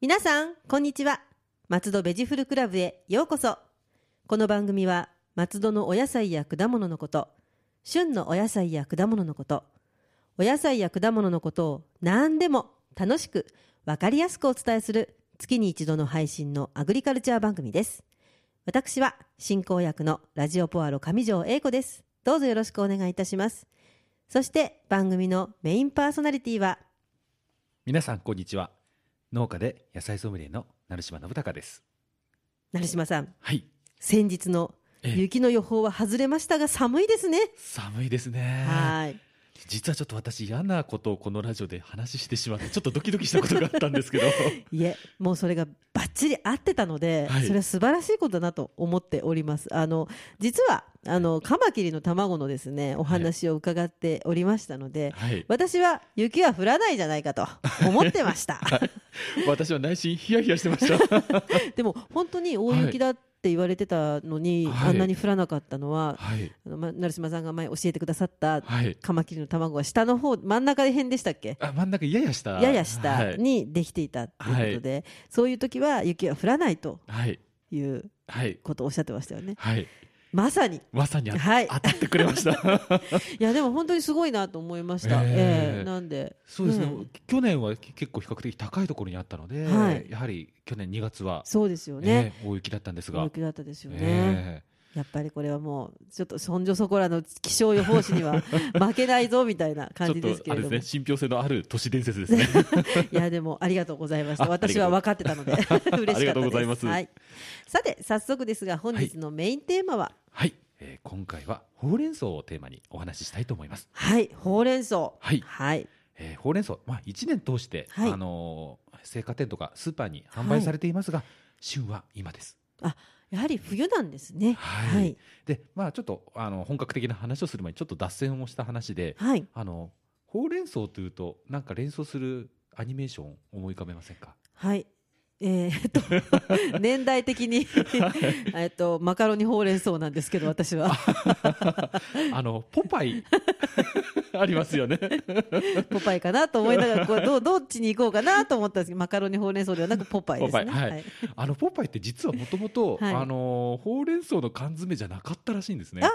皆さんこんにちは松戸ベジフルクラブへようこそこの番組は松戸のお野菜や果物のこと旬のお野菜や果物のことお野菜や果物のことを何でも楽しく分かりやすくお伝えする月に一度の配信のアグリカルチャー番組です私は進行役のラジオポアロ上条英子ですどうぞよろしくお願いいたしますそして番組のメインパーソナリティは皆さんこんにちは農家で野菜ソムリエの成島信孝です成島さんはい先日の雪の予報は外れましたが寒いですね。寒いですねはい。実はちょっと私嫌なことをこのラジオで話してしまってちょっとドキドキしたことがあったんですけ どいえ、もうそれがバッチリ合ってたので、はいそれは素晴らしいことだなと思っております。あの、実は、あの、カマキリの卵のですね、お話を伺っておりましたので、はい私は雪は降らないじゃないかと思ってま した。私は内心ヒヤヒヤしてましたでも本当に大雪だって言われてたのに、はいあんなに降らなかったのは、はいあのま成島さんが前教えてくださったはいカマキリの卵は下の方、真ん中辺でしたっけあ真ん中ややしたややは下いにできていたということで、そういう時は雪は降らないとはいいうはいことをおっしゃってましたよね。はいまさに。まさにあはい当たってくれました いや、でも本当にすごいなと思いました。ええええなんで。そうですね、ん去年は結構比較的高いところにあったので、はいやはり去年2月は、そうですよね。えー大雪だったんですが大雪だったですよね、えやっぱりこれはもう、ちょっとそんじょそこらの気象予報士に は負けないぞみたいなえ感じちょでっすとけあれれどですもね、。信憑性のある都市伝説ですね。 いや、でもありがとうございました。あありがとう私は分かってたの で、嬉しかったです。ありがとうございますはい。さて、早速ですが、本日のメインテーマは、はい、えー今回はほうれん草をテーマにお話ししたいと思います。はい、ほうれん草。はいはい。えーほうれん草、まあ一年通して、はいあのー青果店とかスーパーに販は売いされていますが、旬は今です。やはり冬なんですね。はいはい。で、まあちょっとあの本格的な話をする前にちょっと脱線をした話で、はい。あのほうれん草というとなんか連想するアニメーションを思い浮かべません か。はい。えーっ と、年代的に、えっと、マカロニほうれん草なんですけど、私は。あのポパイ ありますよね。ポパイかなと思いながら、こうどうどっちに行こうかなと思ったんですけど、マカロニほうれん草ではなくポパイですね。ポパイはいあのポパイって実はもともとはいあのほうれん草の缶詰じゃなかったらしいんですね。あ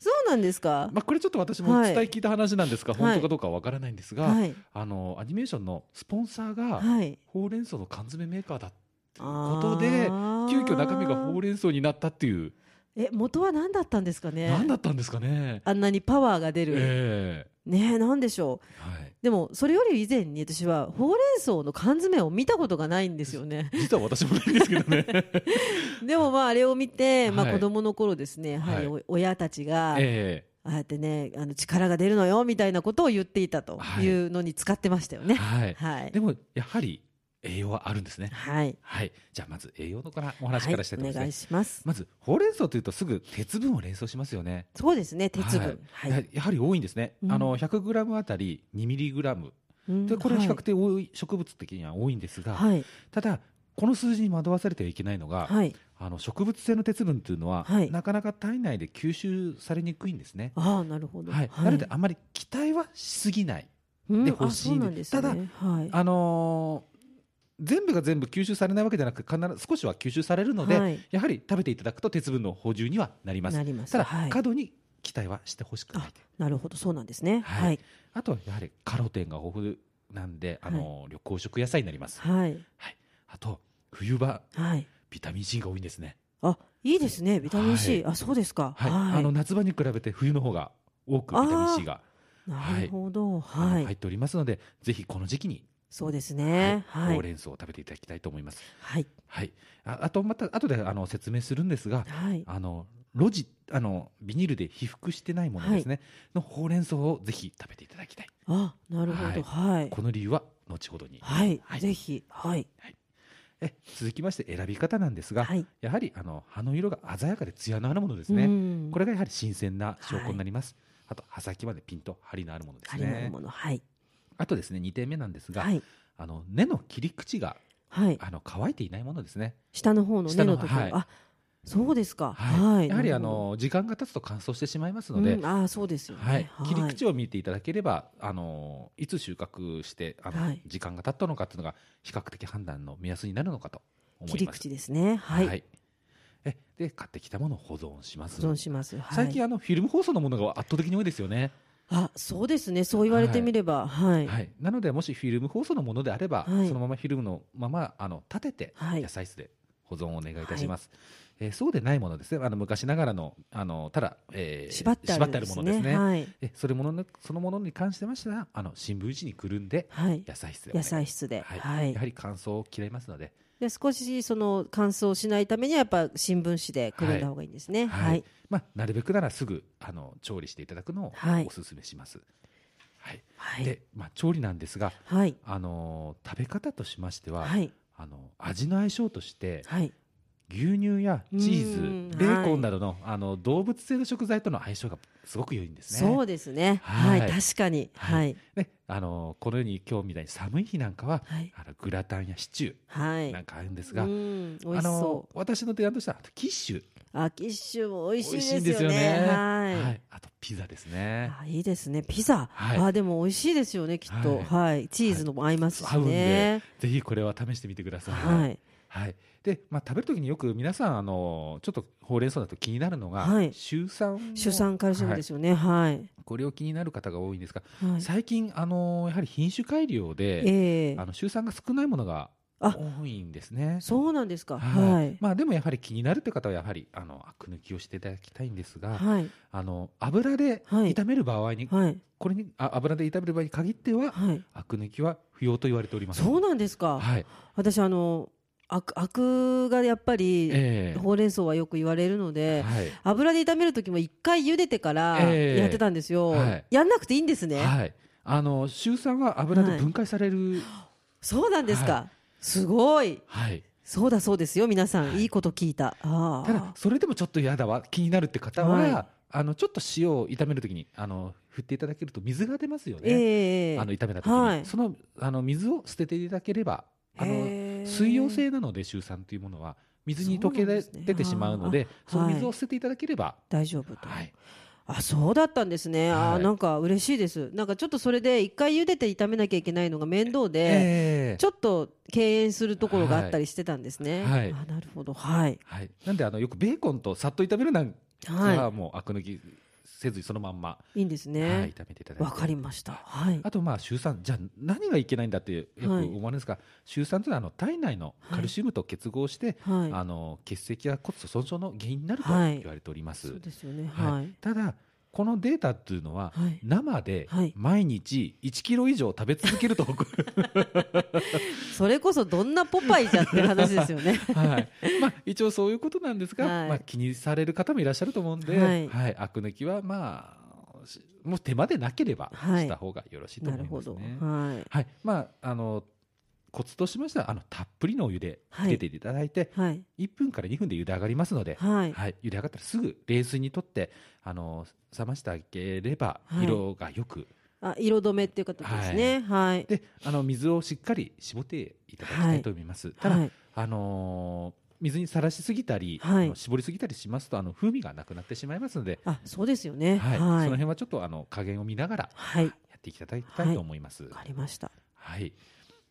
そうなんですか、まあ、これちょっと私もはい伝え聞いた話なんですが、はい本当かどうかはわからないんですが、はい。あのアニメーションのスポンサーがはい。ほうれん草の缶詰メーカーだということで急急遽中身がほうれん草になったっていう、え、元は何だったんですかね何だったんですかね。あんなにパワーが出る。えねえ、なんでしょう。えはい、でも、それより以前に私は、ほうれん草の缶詰を見たことがないんですよね。実は私もないんですけ どね。でもまああれを見て、まあはい子供の頃ですね、やはりお親たちが、えああやってね、あの力が出るのよみたいなことを言っていたとはいいうのに使ってましたよえね。はい、はいで。もやはり栄養はあるんですね。はい。はい、じゃあまず栄養のからおは話からしたいとお思いますね、願いします。まずほうれん草というとすぐ鉄分を連想しますよね。そうですね、鉄分。やはりやはり多いんですね、うんあの 100g あたり 2mg うんでこれは比較的多い植物的には多いんですが、はい。ただこの数字に惑わされてはいけないのが、はい。あの植物性の鉄分というのは、はいなかなか体内で吸収されにくいんですね、ああ、なるほど。はいなのであまり期待はしすぎない、うんで欲しいあそんうでなんですね。ただはい。あのー全部が全部吸収されないわけじゃなく必ず少しは吸収されるので、はいやはり食べていただくと鉄分の補充にはなりますなります。ただ、はい。過度に期待はしてほしくないあなるほど、そうなんですね。はいはい。あとはやはりカロテンが豊富なんで、あの緑黄色野菜になります。はい。あと冬場はい。ビタミン C が多いんですね。あ、いいですね、ビタミン C。はあ、そうですか。はい、あの夏場に比べて冬の方が多くビタミン C がなるほど。はあいの。入っておりますので、ぜひこの時期に、そうですね。はいはほうい。れん草を食べていただきたいと思います。はい。はい。ああとまた後であの説明するんですが、はい。あのロジあのビニールで被覆してないものですね、のほうれん草をぜひ食べていただきたい。あ、なるほど。はい。この理由は後ほどに。はいは。いぜひ。はい。え続きまして選び方なんですが、はい。やはりあの葉の色が鮮やかで艶のあるものですね、うんこれがやはり新鮮な証拠になります、あと葉先までピンと針のあるものです針のあるねもの。はい。あとですね2点目なんですが、はい。あの根の切り口がはい。あの乾いていないものですね下の方の下根ののところ。はいあ、そうですか。はいはい。やはりあなるほの時間が経つと乾燥してしまいますど、ので、うんああ、そうですよね。はい、切り口を見ていただければ、あのいつ収穫してあの、はい時間が経ったのかというのが比較的判断の目安になるのかと思切いります。口ですね。はい。えで買ってきたものを保存します。保存します。はい、最近あのフィルム放送のものが圧倒的に多いですよね。あ、そうですね。そう言われてみれば、は。はいい、はい。なのでもしフィルム放送のものであれば、はいそのままフィルムのままあの立ててはい野菜室で保存をお願いいたします。えーそうでないものですね。あの昔ながらのあのただ、えー縛ってあるんものですね。はい。えそれもののそのものに関してましてはあの新聞紙にくるんではい。野菜室でお願野い菜室で、はい、はいやはり乾燥を嫌いますので、で少しその乾燥しないためにはやっぱ新聞紙でくるんだ方がいいんですね。はい。まあ、なるべくならすぐあの調理していただくのをはいお勧めします。はいはい。で、まあ、調理なんですが、はい。あのー食べ方としましては、はい。あの味の相性としてはい。牛乳やチうーんズベーはコいンなどの,、あの動物性の食材との相性がすごく良いんですね。そうですね。は。はいい確かに。は。はいねあのーこのように今日みたいに寒い日なんかは、はい。あのグラタンやシチュはーい。なんかあるんですが、うん。美味あしのそー私の提案としてはあとキッシュう。あ、キッシュも美味美味しいんですよね。はい、はい。あとピザですね。あいいですね。ピザ。はいあ、でも美味しいですよね、きっと。はい。チーズのも合いますし合うんねで。ぜひこれは試してみてください。はい。はいで、まあ食べるときによく皆さんあのちょっとほうれん草だと気になるのが、はいシュウ酸の主産カルシウムですよね。はい。これを気になる方が多いんですが、はい。最近あのやはり品種改良で、ええあのシュウ酸が少ないものがあ多いんですね。そうなんですか。はいはい。まあでもやはり気になるという方はやはりあのアク抜きをしていただきたいんですが、はい。あの油ではい炒める場合に、はい。これにあ油で炒める場合に限っては、はい。アク抜きは不要と言われております。そうなんですか。はい。私、あの、アク、アクがやっぱり、ええほうれん草はよく言われるので、はい。油で炒める時も一回茹でてからええやってたんですよはい。やんなくていいんですね。はい。あの、シュウ酸は油で分解される。そうなんですか。すごい。はい。そうだそうですよ、皆さん。はいいいこと聞いた。あただあ。、それでもちょっと嫌だわ、気になるって方は、はいあの、ちょっと塩を炒めるときに、あの、振っていただけると水が出ますよね。ええあの、炒めたときに、はいその、あの、水を捨てていただければ、あの、へえ水溶性なので、シュウ酸というものは、水に溶そけうなん出ですね出てしまうので、あそのはい水を捨てていただければ、大丈夫と。はい。あそうだったんですね、あはいなんか嬉しいです、なんかちょっとそれで一回茹でて炒めなきゃいけないのが面倒で、ええ ちょっと敬遠するところがあったりしてたんですね。はいあなるほど、はい、はい。なんで、あの、よくベーコンとさっと炒めるなんは、はもうアク抜きせずにそのまんま、はいいいんですい、ね、炒めていただいわ、てかりました、はい、 あとまあシュウ酸じゃあ何がいけないんだってよく思はわいれるんですが、シュウ酸というのはあの体内のカルシウムと結合して、あはの血石や骨粗損傷の原因になるとはい言われておりまい、す、そうですよね、はいはい、ただこのデータというのは、はい、生ではい毎日1キロ以上食べ続けると、 それこそどんなポパイじゃって話ですよ ね。はいまあ、一応そういうことなんですが、はいまあ、気にされる方もいらっしゃると思うんで、ははいいアク抜きは、まあ、しもう手間でなければはいした方がよろしいとな思るいほますど、ね。はい、はい、まあ、あの、コツとしましては、あの、たっぷりのお湯ではい茹でていただいて、はい、 1分から2分で茹で上がりますので、はい、はい、茹で上がったらすぐ冷水にとって、あの、冷ましてあげればは、い色がよく、あ色止めっていう形ですね、はい、で、あの、水をしっかり絞っていただきたいと思います。ただ、はい、あのー水にさらしすぎたり、はいあの絞りすぎたりしますとあの風味がなくなってしまいますので、あそうですよね、はいそのはい、辺はちょっとあの加減を見ながらはい、わやっていただきたいと思います。かはいりました。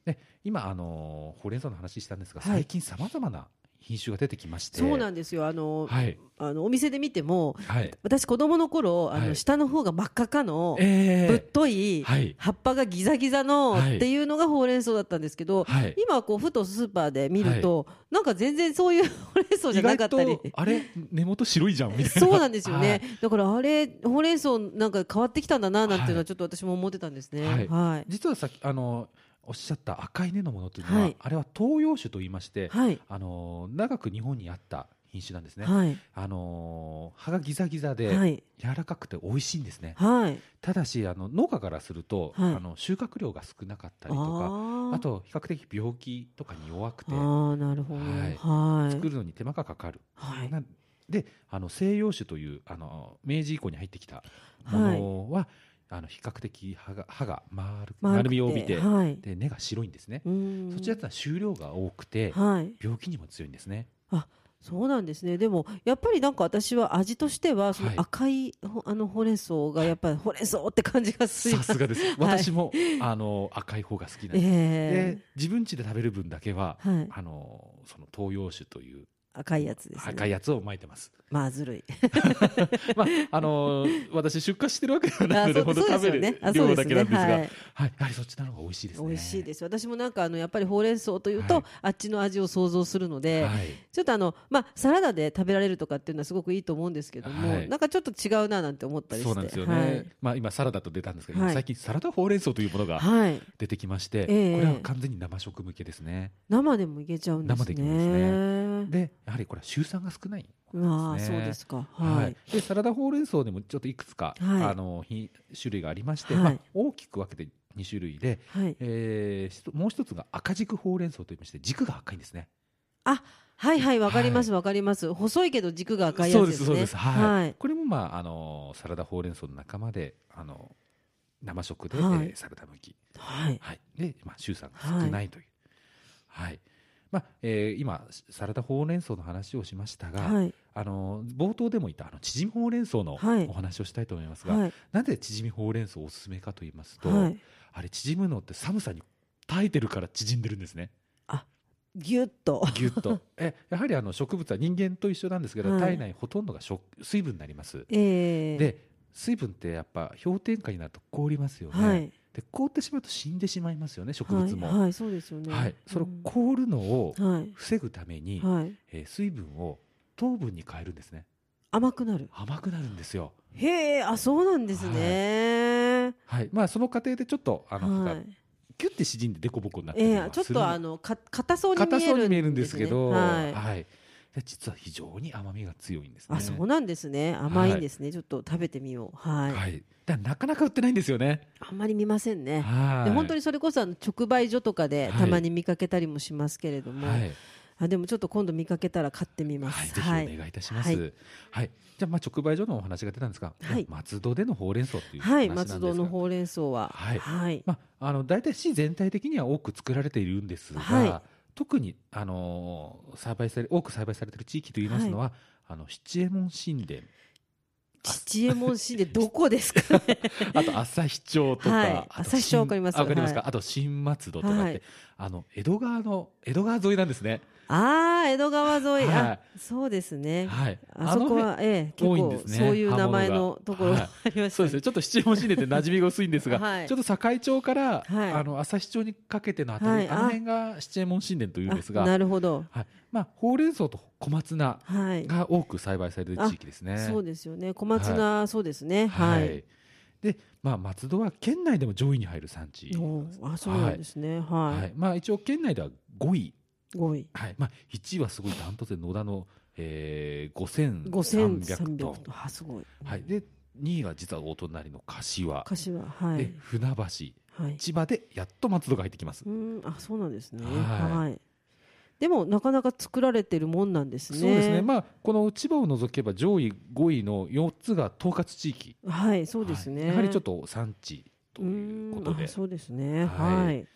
で今、あのーほうれん草の話したんですが、はい最近さまざまな品種が出てきましてそうなんですよ。あの、はいあのお店で見ても、はい私子供の頃、あはのい下の方が真っ赤かの、えぶっとい、はい葉っぱがギザギザの、はいっていうのがほうれん草だったんですけど、はい、今こうふとスーパーで見ると、なんか全然そういうほうれん草じゃ意な外かったりと。あれ根元白いじゃんみたいなそうなんですよね、はいだからあれほうれん草なんか変わってきたんだななんていうのははいちょっと私も思ってたんですねははいいはい、実はさっきあのおっしゃった赤い根のものというのは、はいあれは東洋種と言いまして、はいあのー長く日本にあった品種なんですね、はいあのー葉がギザギザで、はい柔らかくて美味しいんですねはいただしあの農家からすると、はいあの収穫量が少なかったありとかあーと比較的病気とかに弱くてあーなるほどはいはい作るのに手間がかかる、はいなんであの西洋種というあの明治以降に入ってきたものは、あの比較的葉が葉が丸丸くく丸てみを帯びて、はいで根が白いんですね、うんそちらってのは収量が多くて、はい病気にも強いんですね。そうなんですねでもやっぱりなんか私は味としてはそのはい赤い、ほあのほうれん草がやっぱりほうれん草って感じがするさすがですはい私も、あの赤い方が好きなんです、えで自分家で食べる分だけはえはいあのその東洋酒という赤いやつですね赤いやつを巻いてます、まあずるい まああの私出荷してるわけでは ないあのでほんと食べる量だけなんですがはいはい、やはりそっちの方が美味しいですね。美味しいです私もなんかあのやっぱりほうれん草というと、はいあっちの味を想像するので、はい、ちょっとあの、まあ、サラダで食べられるとかっていうのはすごくいいと思うんですけども、はいなんかちょっと違うななんて思ったりしてそうなんですよね。まあ今サラダと出たんですけど、はい最近サラダほうれん草というものがはい、はい、出てきまして、ええこれは完全に生食向けですね。生でもいけちゃうんですね生でいけますねで、やはりこれは週酸が少ない。まあですそねうですかはい、でサラダほうれん草でもちょっといくつか、はいあのひ種類がありまして、はいまあ、大きく分けて2種類で、はいえーひともう一つが赤軸ほうれん草といいまして軸が赤いんですね。はいはいわかりますわかります細いけど軸が赤いやつそうでですすねそうです。はい。はいこれもまああのサラダほうれん草の仲間であの生食で、はいえーサラダ向き。はいはい、で、まあ、衆参が少ないという、はいまあえー今、サラダほうれん草の話をしましたが、はいあの冒頭でも言ったあの縮みほうれん草のはいお話をしたいと思いますが、はいなぜ縮みほうれん草おすすめかと言いますと、はいあれ、縮むのって寒さに耐えてるから縮んでるんですね、ぎゅっとぎゅっ と。えやはりあの植物は人間と一緒なんですけど、はい体内ほとんどが食水分になります。ええで水分ってやっぱ氷点下になると凍りますよね、はいで凍ってしまうと死んでしまいますよね植物も、はい、はい、そうですよねはい、そのうん凍るのをはい防ぐために、はいえー水分を糖分に変えるんですね甘くなる甘くなるんですよ、へえあそうなんですね、はいまあ、その過程でちょっとあはいの、なんかキュッて縮んで凸凹になってえるえのはちょっするとあのか硬そうに見える硬んです、ね、そうに見えるんですけど、はいで実は非常に甘みが強いんですねあそうなんですね甘いんですね、ちょっと食べてみようはい、はい、だからなかなか売ってないんですよね、あんまり見ませんね、はいで本当にそれこそあの直売所とかではいたまに見かけたりもしますけれども、はいあでもちょっと今度見かけたら買ってみまはい、すぜはい、ひお願いいたします。はい、じゃあ、まあ、直売所のお話が出たんですが、はい松戸でのほうれん草という話なはんいですが、松戸のほうれん草ははいはい、まあ、あの大体市全体的には多く作られているんですが、は特に、あのー栽培され多く栽培されている地域といいますのは、あの七右衛門神殿七右衛門市でどこです かねあと旭町とか、はいあと旭町新わかりますあわかりますか、はあと新松戸とかって、はいあの江戸川の江戸川沿いなんですね。ああ江戸川沿い、はあそうですねはい、あそこの辺はええ結多いん構ですねそういう名前のところ刃物ががありましそたうねですねちょっと七文字でって馴染みが薄いんですが、はいちょっと堺町から、はいあの旭町にかけてのあたり、はいあの辺が七右衛門神殿というんですあが、なるほどはいまあ、ほうれん草と小松菜はい、が多く栽培される地域ですね。そうですよね小松菜、そうですねは、はいいでまあ、松戸は県内でも上位に入る産地、おーあそうなんですねはい、はいまあ、一応県内では5位、 5位はいまあ、1位はすごいダントツで野田の、えー、5300 5300トンと、あすごいはい、で2位は実はお隣の柏柏はでい船橋はい千葉でやっと松戸が入ってきますう。んあそうなんですねは、はいいでもなかなか作られてるもんなんですねそうですね、まあ、この千葉を除けば上位5位の4つが統括地域はいそうですね、はいやはりちょっと産地ということんであ、そうですねはいはい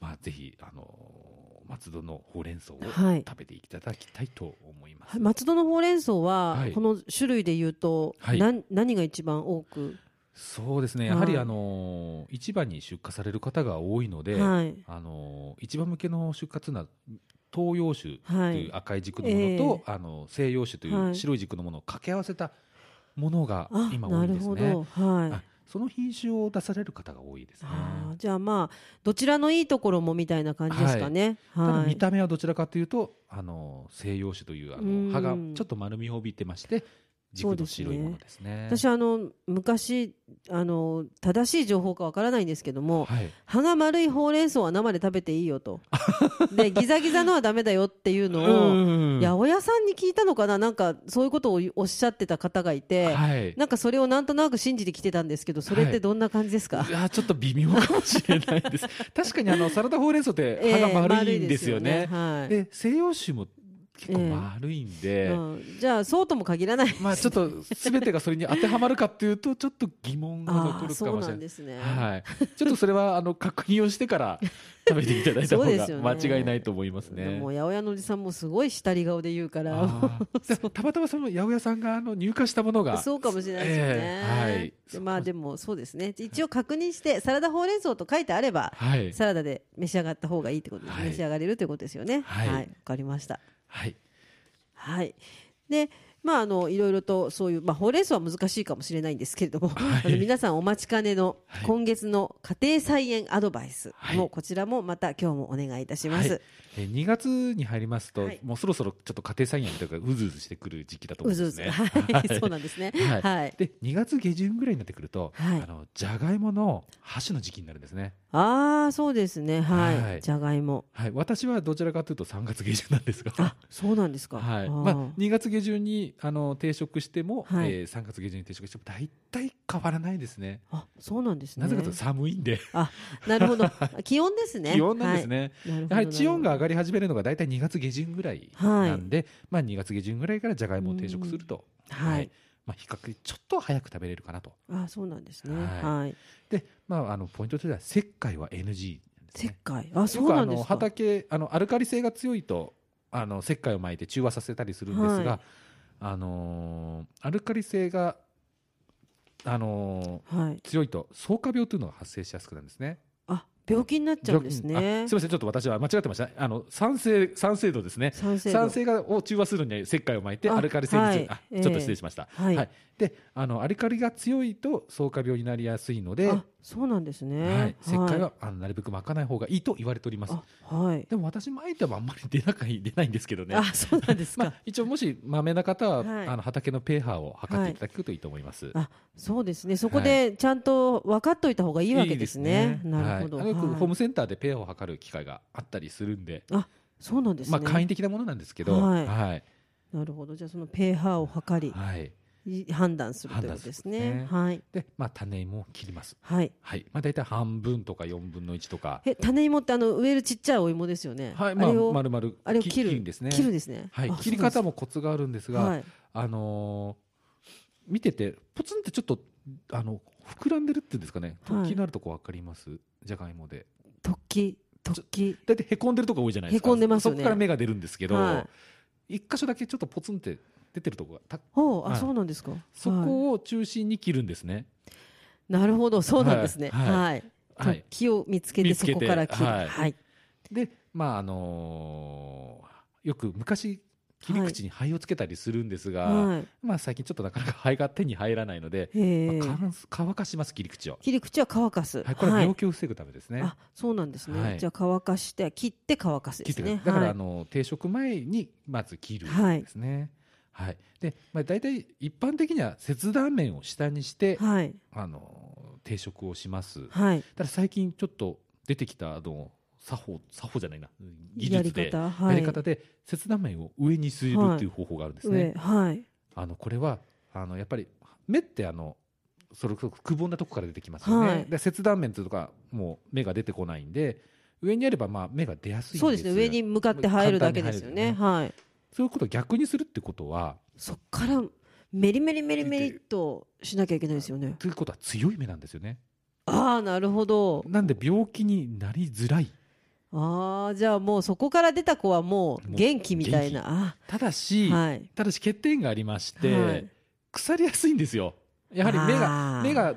まあ、ぜひ、あのー松戸のほうれん草をはい食べていただきたいと思います。はい松戸のほうれん草は、はいこの種類で言うと、はいなん何が一番多く、そうですねやはり、はいあのー市場に出荷される方が多いので、はいあのー市場向けの出荷というのは東洋種はというい赤い軸のものと、あの西洋種といはうい白い軸のものを掛け合わせたものがあ今多ないんるですほね。どはいあその品種を出される方が多いですね。あーじゃあまあどちらのいいところもみたいな感じですかね。ただはい。見た目はどちらかというとあの西洋種というあうんの葉がちょっと丸みを帯びてまして軸の白いものですね。私あの昔あの正しい情報かわからないんですけども、はい、葉が丸いほうれん草は生で食べていいよ とでギザギザのはダメだよっていうのをうん八百屋さんに聞いたのかななんかそういうことをおっしゃってた方がいて、はい、なんかそれをなんとなく信じてきてたんですけどそれっはていどんな感じですか、いやちょっと微妙かもしれない です。確かにあのサラダほうれん草って葉が丸いんですよええ丸いですよねね。はいで西洋種も結構丸いんで、うん、じゃあそうとも限らないまあちょっと全てがそれに当てはまるかっていうとちょっと疑問があ残あるかそうもしなれんない。ですね、はい、ちょっとそれはあの確認をしてから食べていただいた方そうですよがね間違いないと思いますね。でも八百屋のおじさんもすごい下り顔で言うからあーじゃあたまたまその八百屋さんがあの入荷したものがそうかもしれないですよね、ええはいでまあでもそうですね一応確認してサラダほうれん草と書いてあればはい、サラダで召し上がった方がいいってことです、はい召し上がれるということですよねはいわかりましたはい、はいでまああのいろいろとそういう、まあ、ほうれん草は難しいかもしれないんですけれども、はいあの皆さんお待ちかねのはい今月の家庭菜園アドバイスはいも、こちらもまた今日もお願いいたします、はいえー2月に入りますと、はいもうそろそろちょっと家庭菜園というかうずうずしてくる時期だと思ううんずでうす ず、ね。は、はいいそうなんですね。はいはい。で2月下旬ぐらいになってくると、はいあのじゃがいもの箸の時期になるんですね。ああ、そうですね。は。はいいじゃがいも。はい、私はどちらかというと3月下旬なんですが。あ、そうなんですか。はいあーまあ、2月下旬にあの定食しても、はいえー3月下旬に定食しても大体変わらないですね。あ、そうなんですね。なぜかというと寒いんで、 なるほど。気温ですね。 気温なんですね、はい。なるほどやはり地温が上がり始めるのが大体2月下旬ぐらいなんで、まあ、2月下旬ぐらいからじゃがいもを定食すると、ははいい。まあ、比較的ちょっと早く食べれるかなと。あ、そうなんですね。はいはい。で、まあ、あのポイントとしては石灰は NG なんです石ね。灰。あ、そようくなあんでのすか。畑あのアルカリ性が強いとあの石灰を巻いて中和させたりするんですが、はいあのーアルカリ性が、あのはい。ー強いと草加病というのが発生しやすくなるんですね。あ、病気になっちゃうんです病ねあすみ。ません、ちょっと私は間違ってました。あの酸性酸性度ですね。酸性度。酸性がを中和するのに石灰を巻いてあアルカリ性にすはる、いえあえちょっと失礼しました。はいはいであのアルカリが強いと草加病になりやすいので、あ、そうなんですはねい。、石灰はあのなるべく巻かない方がいいと言われておりますあ、はい。でも私巻いてもあんまり出なかい出ないんですけどねあ、そうなんです まかあ。、一応もしまめな方は、はいあの畑のペーハーを測っていただくといいと思います、あそうですね。そこでちゃんと分かっといた方がいいわけですね。なるほど。はいあのよくはいホームセンターでペーハーを測る機会があったりするんでそうなんですまね。あ簡易的なものなんですけどはいはいなるほど。じゃあその pH を測り、はいい判断すると判いうこ断とするですね。ことですはい。でまあ種芋を切りますはい。はいまあ大体半分とか4分の1とかえ、種芋ってあの植えるちっちゃいお芋ですよね。はいまああれを丸々あれをき切る切るんですね切るんですね。はいあ切り方ももコツがあるんですが、はい。あのー見ててポツンってちょっとあの膨らんでるっていうんですかねはい突起のあるとこ分かります、じゃがいもで突起突起。大体へこんでるとこ多いじゃないですかへこんでますよねそこから芽が出るんですけど、は一箇所だけちょっとポツンって出てるとこがたおうあ、はいそうなんですか。そはいこを中心に切るんですね、なるほど、そうなんですね。はいはい。はい突起を見つけて見そつけてこから切る。はいはい。でまああのーよく昔切り口に灰をつけたりするんですが、はい。まあ最近ちょっとなかなか灰が手に入らないので、へえまあ乾す乾かします切り口を、切り口は乾かす。はい、これは病気を防ぐためですね、あ、そうなんですね。はいじゃあ乾かして切って乾かすで切っすてくだねさい。だから、はいあの定食前にまず切るはいんですね。はい。で、まあ大体一般的には切断面を下にして、はいあの定食をします。はい。ただ最近ちょっと出てきたあの作法作法じゃないな技やり術で。方はやい。り方で切断面を上にするっていう方法があるんですね。上はいあのこれはあのやっぱり目ってあのそれこそくぼんだとこから出てきますよね。はいで切断面とかもう目が出てこないんで上にやればまあ目が出やすいんです。そうですね上に向かって入るだけですよね簡単に入るんではいそういうことを逆にするってことは、そっからメリメリメリメリっとしなきゃいけないですよねということは強い目なんですよね。ああなるほどなんで病気になりづらい。ああじゃあもうそこから出た子はもう元気みたいなただあし、はいただし欠点がありまして、はい腐りやすいんですよ。やはり目が、が目が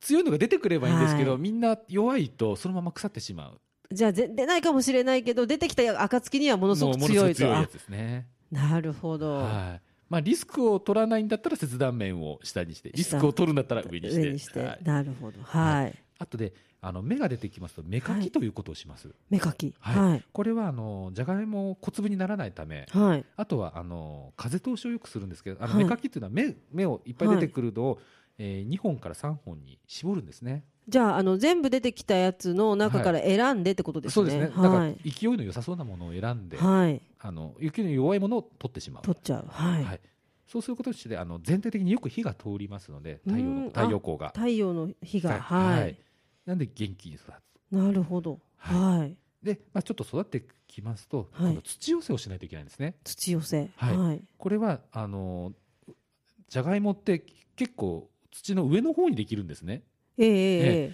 強いのが出てくればいいんですけど、はいみんな弱いとそのまま腐ってしまう。じゃあぜ出ないかもしれないけど出てきた暁にはものすごくもう強いものすごとやあつですね。なるほどはい。まあリスクを取らないんだったら切断面を下にして、リスクを取るんだったら上にして。上にしてはいなるほどはいあとで、あの目が出てきますと目かはきいということをします。目かきはいはいこれはあのじゃがいも小粒にならないため、はいあとはあの風通しをよくするんですけど、あのはい目かきっていうのは目,、目をいっぱい出てくるのを、えー、2本から3本に絞るんですね。じゃああの全部出てきたやつの中から選んでってことですそうですね。ねだからはい勢いの良さそうなものを選んで、はいあの勢いの弱いものを取ってしまう。取っちゃうはいはいそうすることにしてあの全体的によく火が通りますので、太陽うんの太陽光が。太陽の日が、ははいい、なんで元気に育つ。なるほど、は、はいで、まあ、ちょっと育ってきますと、はい今度土寄せをしないといけないんですね。土寄せはいはいこれはあのじゃがいもって結構土の上の方にできるんですね。ええ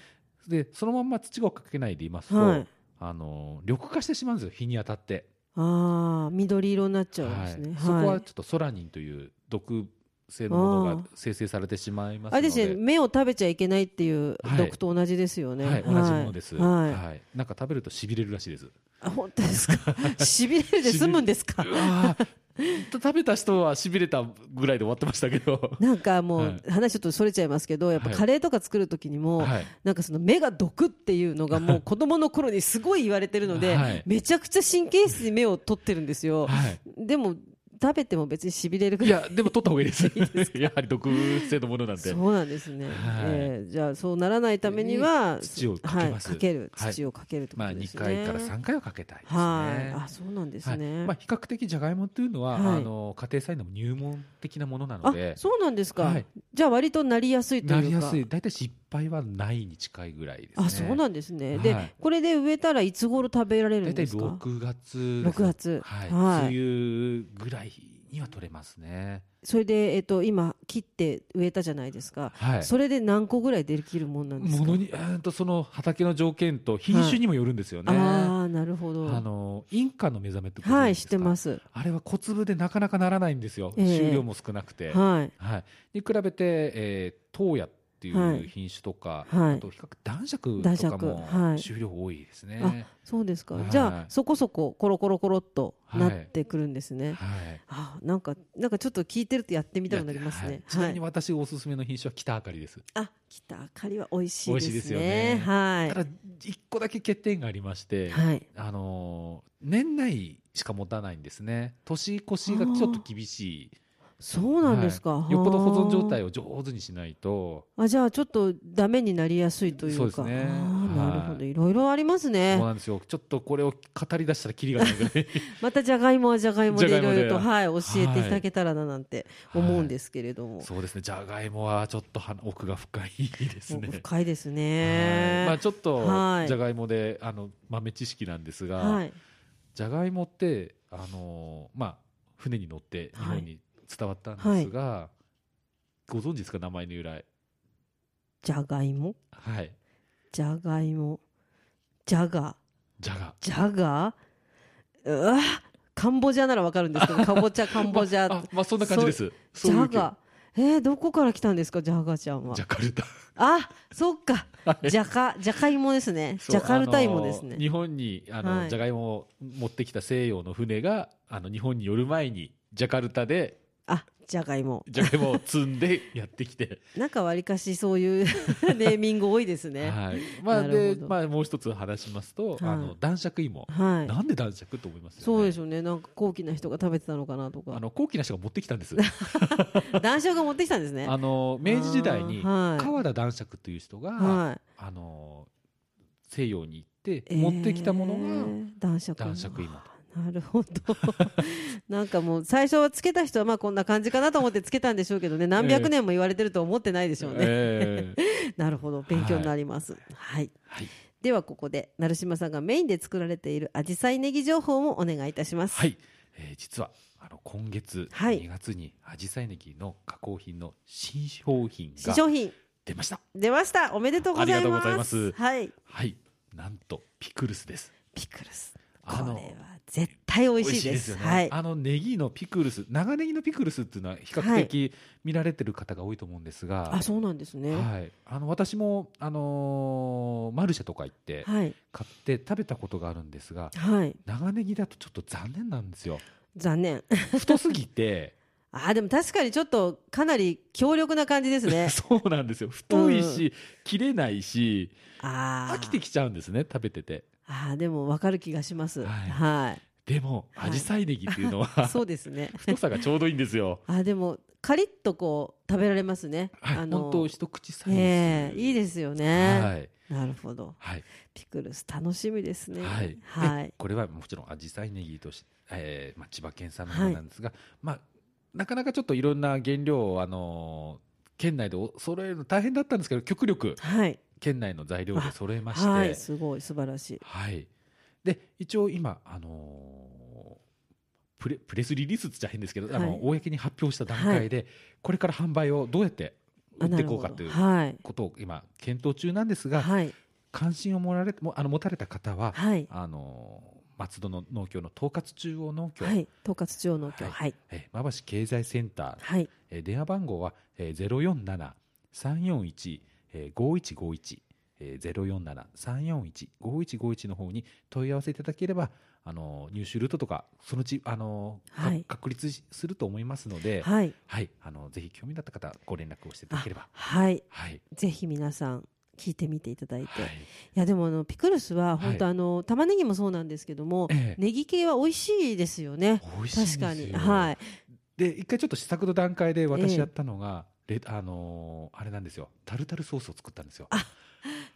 えでそのまんま土をかけないでいますえと、はいあの緑化してしまうんですよ日に当たって、ああ緑色になっちゃうんですねはいそこははいちょっとソラニンという毒性のもあのーが生成されてしまいますあのれでですね目を食べちゃいけないっていうはい毒と同じですよねはい、同じものです、はいはいはいなんか食べるとしびれるらしいですあ本当 ですかしびれるで済むんですかうわー 食べた人はしびれたぐらいで終わってましたけど、なんかもはうい話ちょっとそれちゃいますけどやっぱはいカレーとか作る時にもはい、なんかその目が毒っていうのがもう子供の頃にすごい言われてるのではいめちゃくちゃ神経質に目を取ってるんですよはいでも食べても別にしびれるぐ いらいや、でも取った方がいいです。 やはり毒性のものなんで。そうなんですね、はいえーじゃあそうならないためには土をかけますはい、かけるはい土をかけるってこまあ、とで二すね、回から三回はかけたいですね。はいあそうなんですね、はいまあ、比較的じゃがいもというのは、はいあの家庭菜園の入門的なものなあので。そうなんですか、はいじゃあ割となりやすいというかなりやすい、大体失敗はないに近いぐらいですね。あそうなんですね、はいでこれで植えたらいつ頃食べられるん大体ですか六月です。六月はい、はい梅雨ぐらいには取れますね。それで、えっと今切って植えたじゃないですか、はい。それで何個ぐらいできるもんなんですかものに、えー、と、その畑の条件と品種にもよるんですよね。ああなるほどあの、インカの目覚めって。はい知ってますか。すあれは小粒でなかなかならないんですよ、ええ収量も少なくて。ははいい、に比べて、えー、トウヤっていはうい品種とか、はいあと比較男爵男と爵かはもい収量多いですね。そうですか、はいじゃあそこそこコロコロコロっとなってくるんですね、はいあなんかなんかちょっと聞いてるとやってみたくなりますはいねちはなみにい、私おすすめの品種は北あかりです、あ北あかりは美味しいですね美味しいですよねはいただ一個だけ欠点がありまして、はいあのー年内しか持たないんですね年越しがちょっと厳しいそうなんですか、はいよっぽど保存状態をを上手にしないとあじゃあちょっとダメになりやすいというかそうですねあーはいなるほど、い、ろいろありますねそうなんですよちょっとこれを語り出したらキリがな いぐらいまたじゃがいもはじゃがいもでいじゃがろいもでいろと、はい、教えていただけたらななんて思うんですけれども、そうですね。じゃがいもはちょっとは奥が深いですね。深いですはいねまあちょっとはいじゃがいもであの豆知識なんですが、はいじゃがいもってあのーまあ船に乗って日はい本に伝わったんですが、ご存知ですか名前の由来。じゃがいもはい。じゃがいもじゃがじゃが。じゃがうわカンボジアならわかるんですけ どかぼちゃカンボジまあャ、まあそんな感じです。じそういゃう系がえー、どこから来たんですかじゃがちゃんはジャカルタ。あそっかはいじゃかじゃがいもですねそう ジャカルタイモですあのねー日本にあはのいじゃがいもを持ってきた西洋の船があの日本に寄る前にジャカルタであじゃがいもじゃがいもを積んでやってきて。なんかわりかしそういう ネーミング多いですね はい。まあ、なるでほ、どまあ、もう一つ話しますと、あの、男爵芋。はいなんで男爵と思いますよね。そうでしょょうねなんか高貴な人が食べてたのかなとあかの、高貴な人が持ってきたんです。男爵が持ってきたんですねあの、明治時代に、あーはい川田男爵という人が、はあの、西洋に行って、い持ってきたものえが、ー男爵男爵芋と。なるほど なんかもう最初はつけた人はまあこんな感じかなと思ってつけたんでしょうけどね何百年も言われてると思ってないでしょうね、え えなるほど勉強になりますはい、はい。ではここで成島さんがメインで作られている紫陽花ネギ情報もお願いいたしますはい。えー実は、あの、今月、はい2月に、紫陽花ネギの加工品の新商品新が商品出ました。出ましたおめでとうございますありがとうございますはいはい。なんと、ピクルスです。ピクルスこあのれは絶対美味しいですよね、はいあのネギのピクルス長ネギのピクルスっていうのは比較的見られてる方が多いと思うんですが、はあいそうなんですねあの私も、あのーマルシェとか行ってはい買って食べたことがあるんですがはい長ネギだとちょっと残念なんで すよ残念太すぎてあでも確かにちょっとかなり強力な感じですね そうなんですよ太いし、切れないしあー飽きてきちゃうんですね食べててあーでも分かる気がしますはいはでもはい紫陽花ネギっていうのは、い そうですね太さがちょうどいいんですよあーでもカリッとこう食べられますねはいあ本当一口サイズ、ええいいですよはねいなるほどはいピクルス楽しみですねはい、はでいこれはもちろん紫陽花ネギとして、えーまあ、千葉県産のものなんですが、まあ、なかなかちょっといろんな原料を、あのー県内でお揃えるの大変だったんですけど極力はい県内の材料で揃えましてははいい、すごい素晴らしいで一応今、あのープレプレスリリースっつっちゃ変ですけど、あはいの公に発表した段階で、これから販売をどうやって売っていこうかというはいことを今検討中なんですが、はい関心をもられもあの持たれた方は、はいあ央松戸の農協の統括中央農協、はい統括地方農協はいえー馬橋経済センター、はいえー電話番号は、えー、047-341-5151、えー、5151えー、047-341-5151の方に問い合わせいただければ、あのー入手ルートとかそのうち、あのーかはい確立しすると思いますので、はいはいあのーぜひ興味だった方はご連絡をしていただあければ。はいはい、ぜひ皆さん聞いてみていただいて、はいい、やでもあのピクルスははい本当あの、玉ねぎもそうなんですけども、ええネギ系は美味しいですよね。美味しいんです確よかに、はい、で一回ちょっと試作の段階でえ私えやったのが、レあのーあれなんですよタルタルソースを作ったんですよあ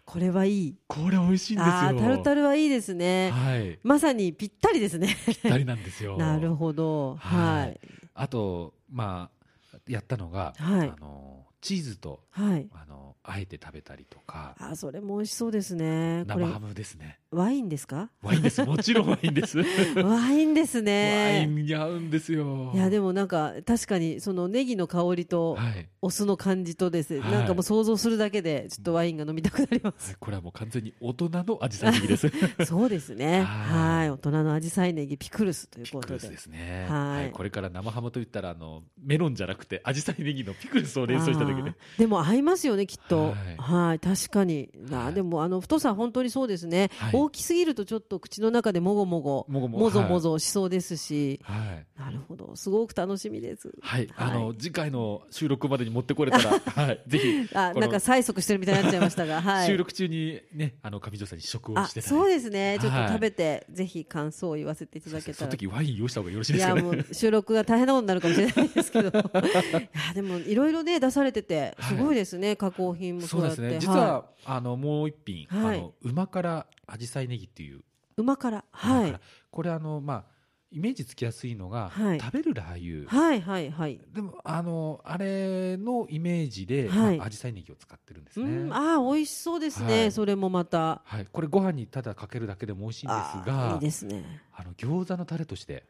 これはいい。これ美味しいんですよああータルタルはいいですね。 はいまさにぴったりですね。ぴ ったりなんですよなるほど、ははいい、あとまあやったのが、はいあのチーズとはい、あのあえて食べたりとかあーそれも美味しそうですね。これ生ハムですねワインですか？ワインですもちろんワインです ワワインですイね。ンに合うんですよいやでももなんか確かにそのネギの香りと、はいお酢の感じとですね、はいなんかもう想像するだけでちょっとワインが飲みたくなりまはすい、これはもう完全に大人の味さん的です そうですねははいい大人のアジサイネギピクルスというピこクとルでスですねはいこれから生ハムといったらあのメロンじゃなくてアジサイネギのピクルスを連想しただけあでーでも合いますよねきっとははいい確かにな、はいでもあの太さ本当にそうですね、はい大きすぎるとちょっと口の中でもごもごもごももぞもぞしそうですし、はいなるほどすごく楽しみですはい、はいあの次回の収録までに持ってこれた ら、はい、ぜひあこなのんか催促してるみたいになっちゃいました が、はい、収録中にね、あの上条さんに試食をあしてたそうですねちょっとはい食べて、ぜひ感想を言わせていただけそたのら時ワイン用意した方がよろしいいですやかね。もう収録が大変なことになるかもしれないです けどいやでもいろいろね出されててはいすごいですね、加工品もそそううやでってすね。実はは、あのもう一品、はいあの馬からアジサイネギっていう、い、馬からは馬いからこれあのまあイメージつきやすいのが、はい食べるラー油。はいはいはい、でもあのあれのイメージで、はいまあアジサイネギを使ってるんですうんね。あー美味しそうですね、はいそれもまたはい、これご飯にただかけるだけでも美味しいんですあーが、いいですねあの餃子のタレとして、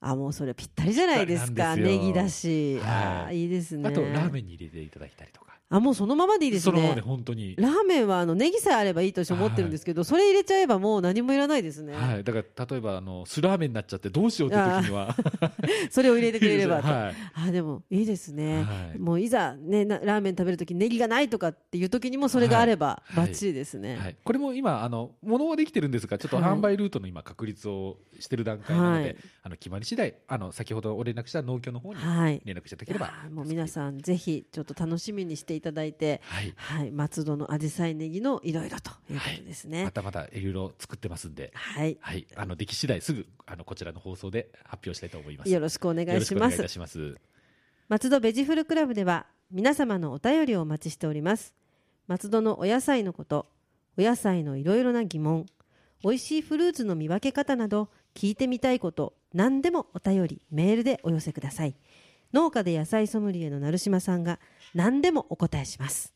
あもうそれぴったりじゃないですぴったかりなんですネよギだし、あはーいいいですねあとラーメンに入れていただいたりとか。あもうそのままでいいですそのままねで本当に。ラーメンはあのネギさえあればいいと私思ってるんですけど、それ入れちゃえばもう何もいらないですね、はい、だから例えばあの酢ラーメンになっちゃってどうしようって時にはそれを入れてくれればと、 はあーでもいいですい、ね、はいもういざ、ね、なラーメン食べるときネギがないとかっていうときにもそれがあればはいバはいッチリですね。はい、これも今あの物はできてるんですがちょっとはい販売ルートの今確立をしてる段階なので、はいあの決まり次第あの先ほどお連絡した農協の方にはい。連絡いただいけやれば、ーもう皆さんぜひちょっと楽しみにしていただいて、はい、はい、松戸の紫陽花ネギのいろいろということですねま。たまたいろいろ作ってますんで、はい、はい、あのでき次第すぐあのこちらの放送で発表したいと思います。よろしくお願いしまよろくお願いいすた。します。松戸ベジフルクラブでは皆様のお便りをお待ちしております松戸のお野菜のことお野菜のいろいろな疑問おいしいフルーツの見分け方など聞いてみたいこと何でもお便りメールでお寄せください農家で野菜ソムリエの成島さんが何でもお答えします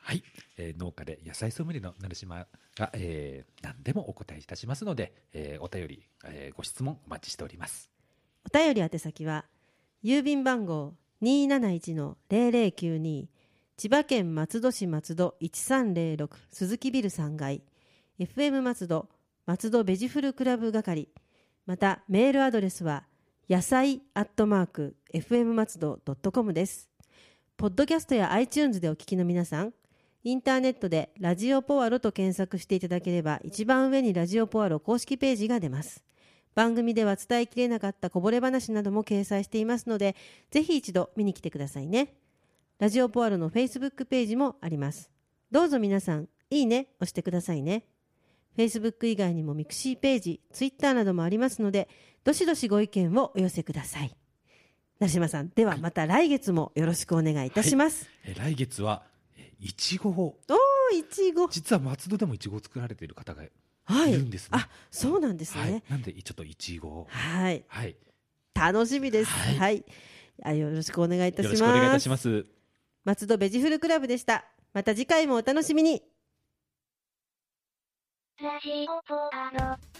はい、えー農家で野菜ソムリエの成島が、えー何でもお答えいたしますので、えーお便り、えーご質問お待ちしております。お便り宛先は郵便番号271-0092千葉県松戸市松戸1306鈴木ビル3階 FM 松戸松戸ベジフルクラブ係またメールアドレスは野菜アットマーク FM 松戸ドットコムですポッドキャストや iTunes でお聞きの皆さんインターネットでラジオポアロと検索していただければ一番上にラジオポアロ公式ページが出ます番組では伝えきれなかったこぼれ話なども掲載していますのでぜひ一度見に来てくださいねラジオポアロの Facebook ページもありますどうぞ皆さんいいね押してくださいね Facebook 以外にもミクシーページ Twitter などもありますのでどしどしご意見をお寄せください成島さんではまた来月もよろしくお願いいたします、えー来月は、えーいちごを、おいちご実は松戸でもいちごを作られている方がいはるんですね。あそうなんですはいね、なんで、ちょっといちごを。はいはい、楽しみですははいい、あよろしくお願いいたよしろますしくお願いいたします。松戸ベジフルクラブでしたまた次回もお楽しみに I ラジオポアド。